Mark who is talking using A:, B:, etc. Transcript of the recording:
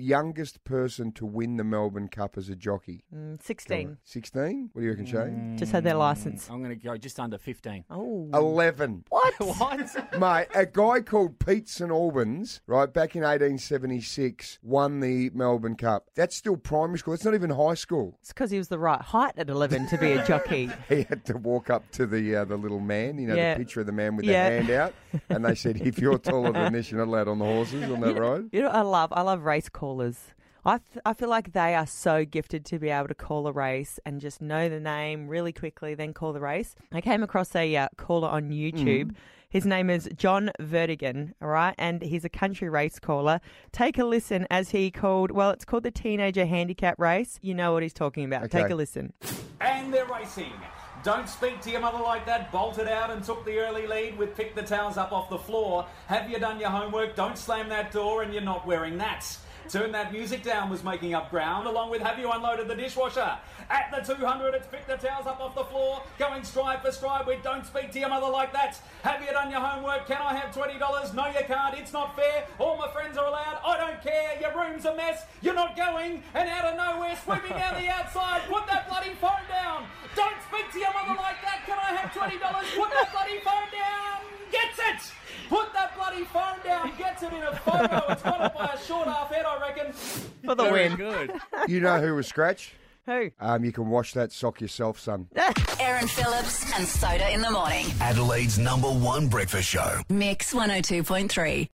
A: youngest person to win the Melbourne Cup as a jockey?
B: Mm, 16.
A: 16? What do you reckon, Shane?
B: Just had their license.
C: I'm going to go just under 15.
B: Oh.
A: 11.
B: What?
C: What?
A: Mate, a guy called Pete St Albans, right, back in 1876, won the Melbourne Cup. That's still primary school. That's not even high school.
B: It's because he was the right height at 11 to be a jockey.
A: He had to walk up to the uh, the little man, you know,
B: Yeah.
A: the picture of the man with
B: Yeah.
A: the hand out, and they said, "If you're taller than this, you're not allowed on the horses on that ride."
B: You know, I love I love race callers. I, th- I feel like they are so gifted to be able to call a race and just know the name really quickly, then call the race. I came across a uh, caller on YouTube. His name is John Vertigan, all right, and he's a country race caller. Take a listen as he called, well, it's called the Teenager Handicap Race. You know what he's talking about.
A: Okay.
B: Take a listen.
D: And they're racing. Don't speak to your mother like that. Bolted out and took the early lead with pick the towels up off the floor. Have you done your homework? Don't slam that door and you're not wearing that. Turn that music down was making up ground, along with have you unloaded the dishwasher? At the 200, it's pick the towels up off the floor, going stride for stride with don't speak to your mother like that. Have you done your homework? Can I have $20? No, you can't. It's not fair. All my friends are allowed. I don't care. Your room's a mess. You're not going. And out of nowhere, sweeping down the outside, put that bloody phone down. Don't speak to your mother like that. Can I have $20? Put that bloody phone down. Gets it. Put that bloody phone down. Gets it in a photo. It's got it by a short half head, I reckon.
B: For the win.
C: Good.
A: You know who was scratched?
B: Who?
A: Um, you can wash that sock yourself, son.
E: Aaron Phillips and Soda in the morning. oh
F: Adelaide's number one breakfast show.
E: Mix 102.3.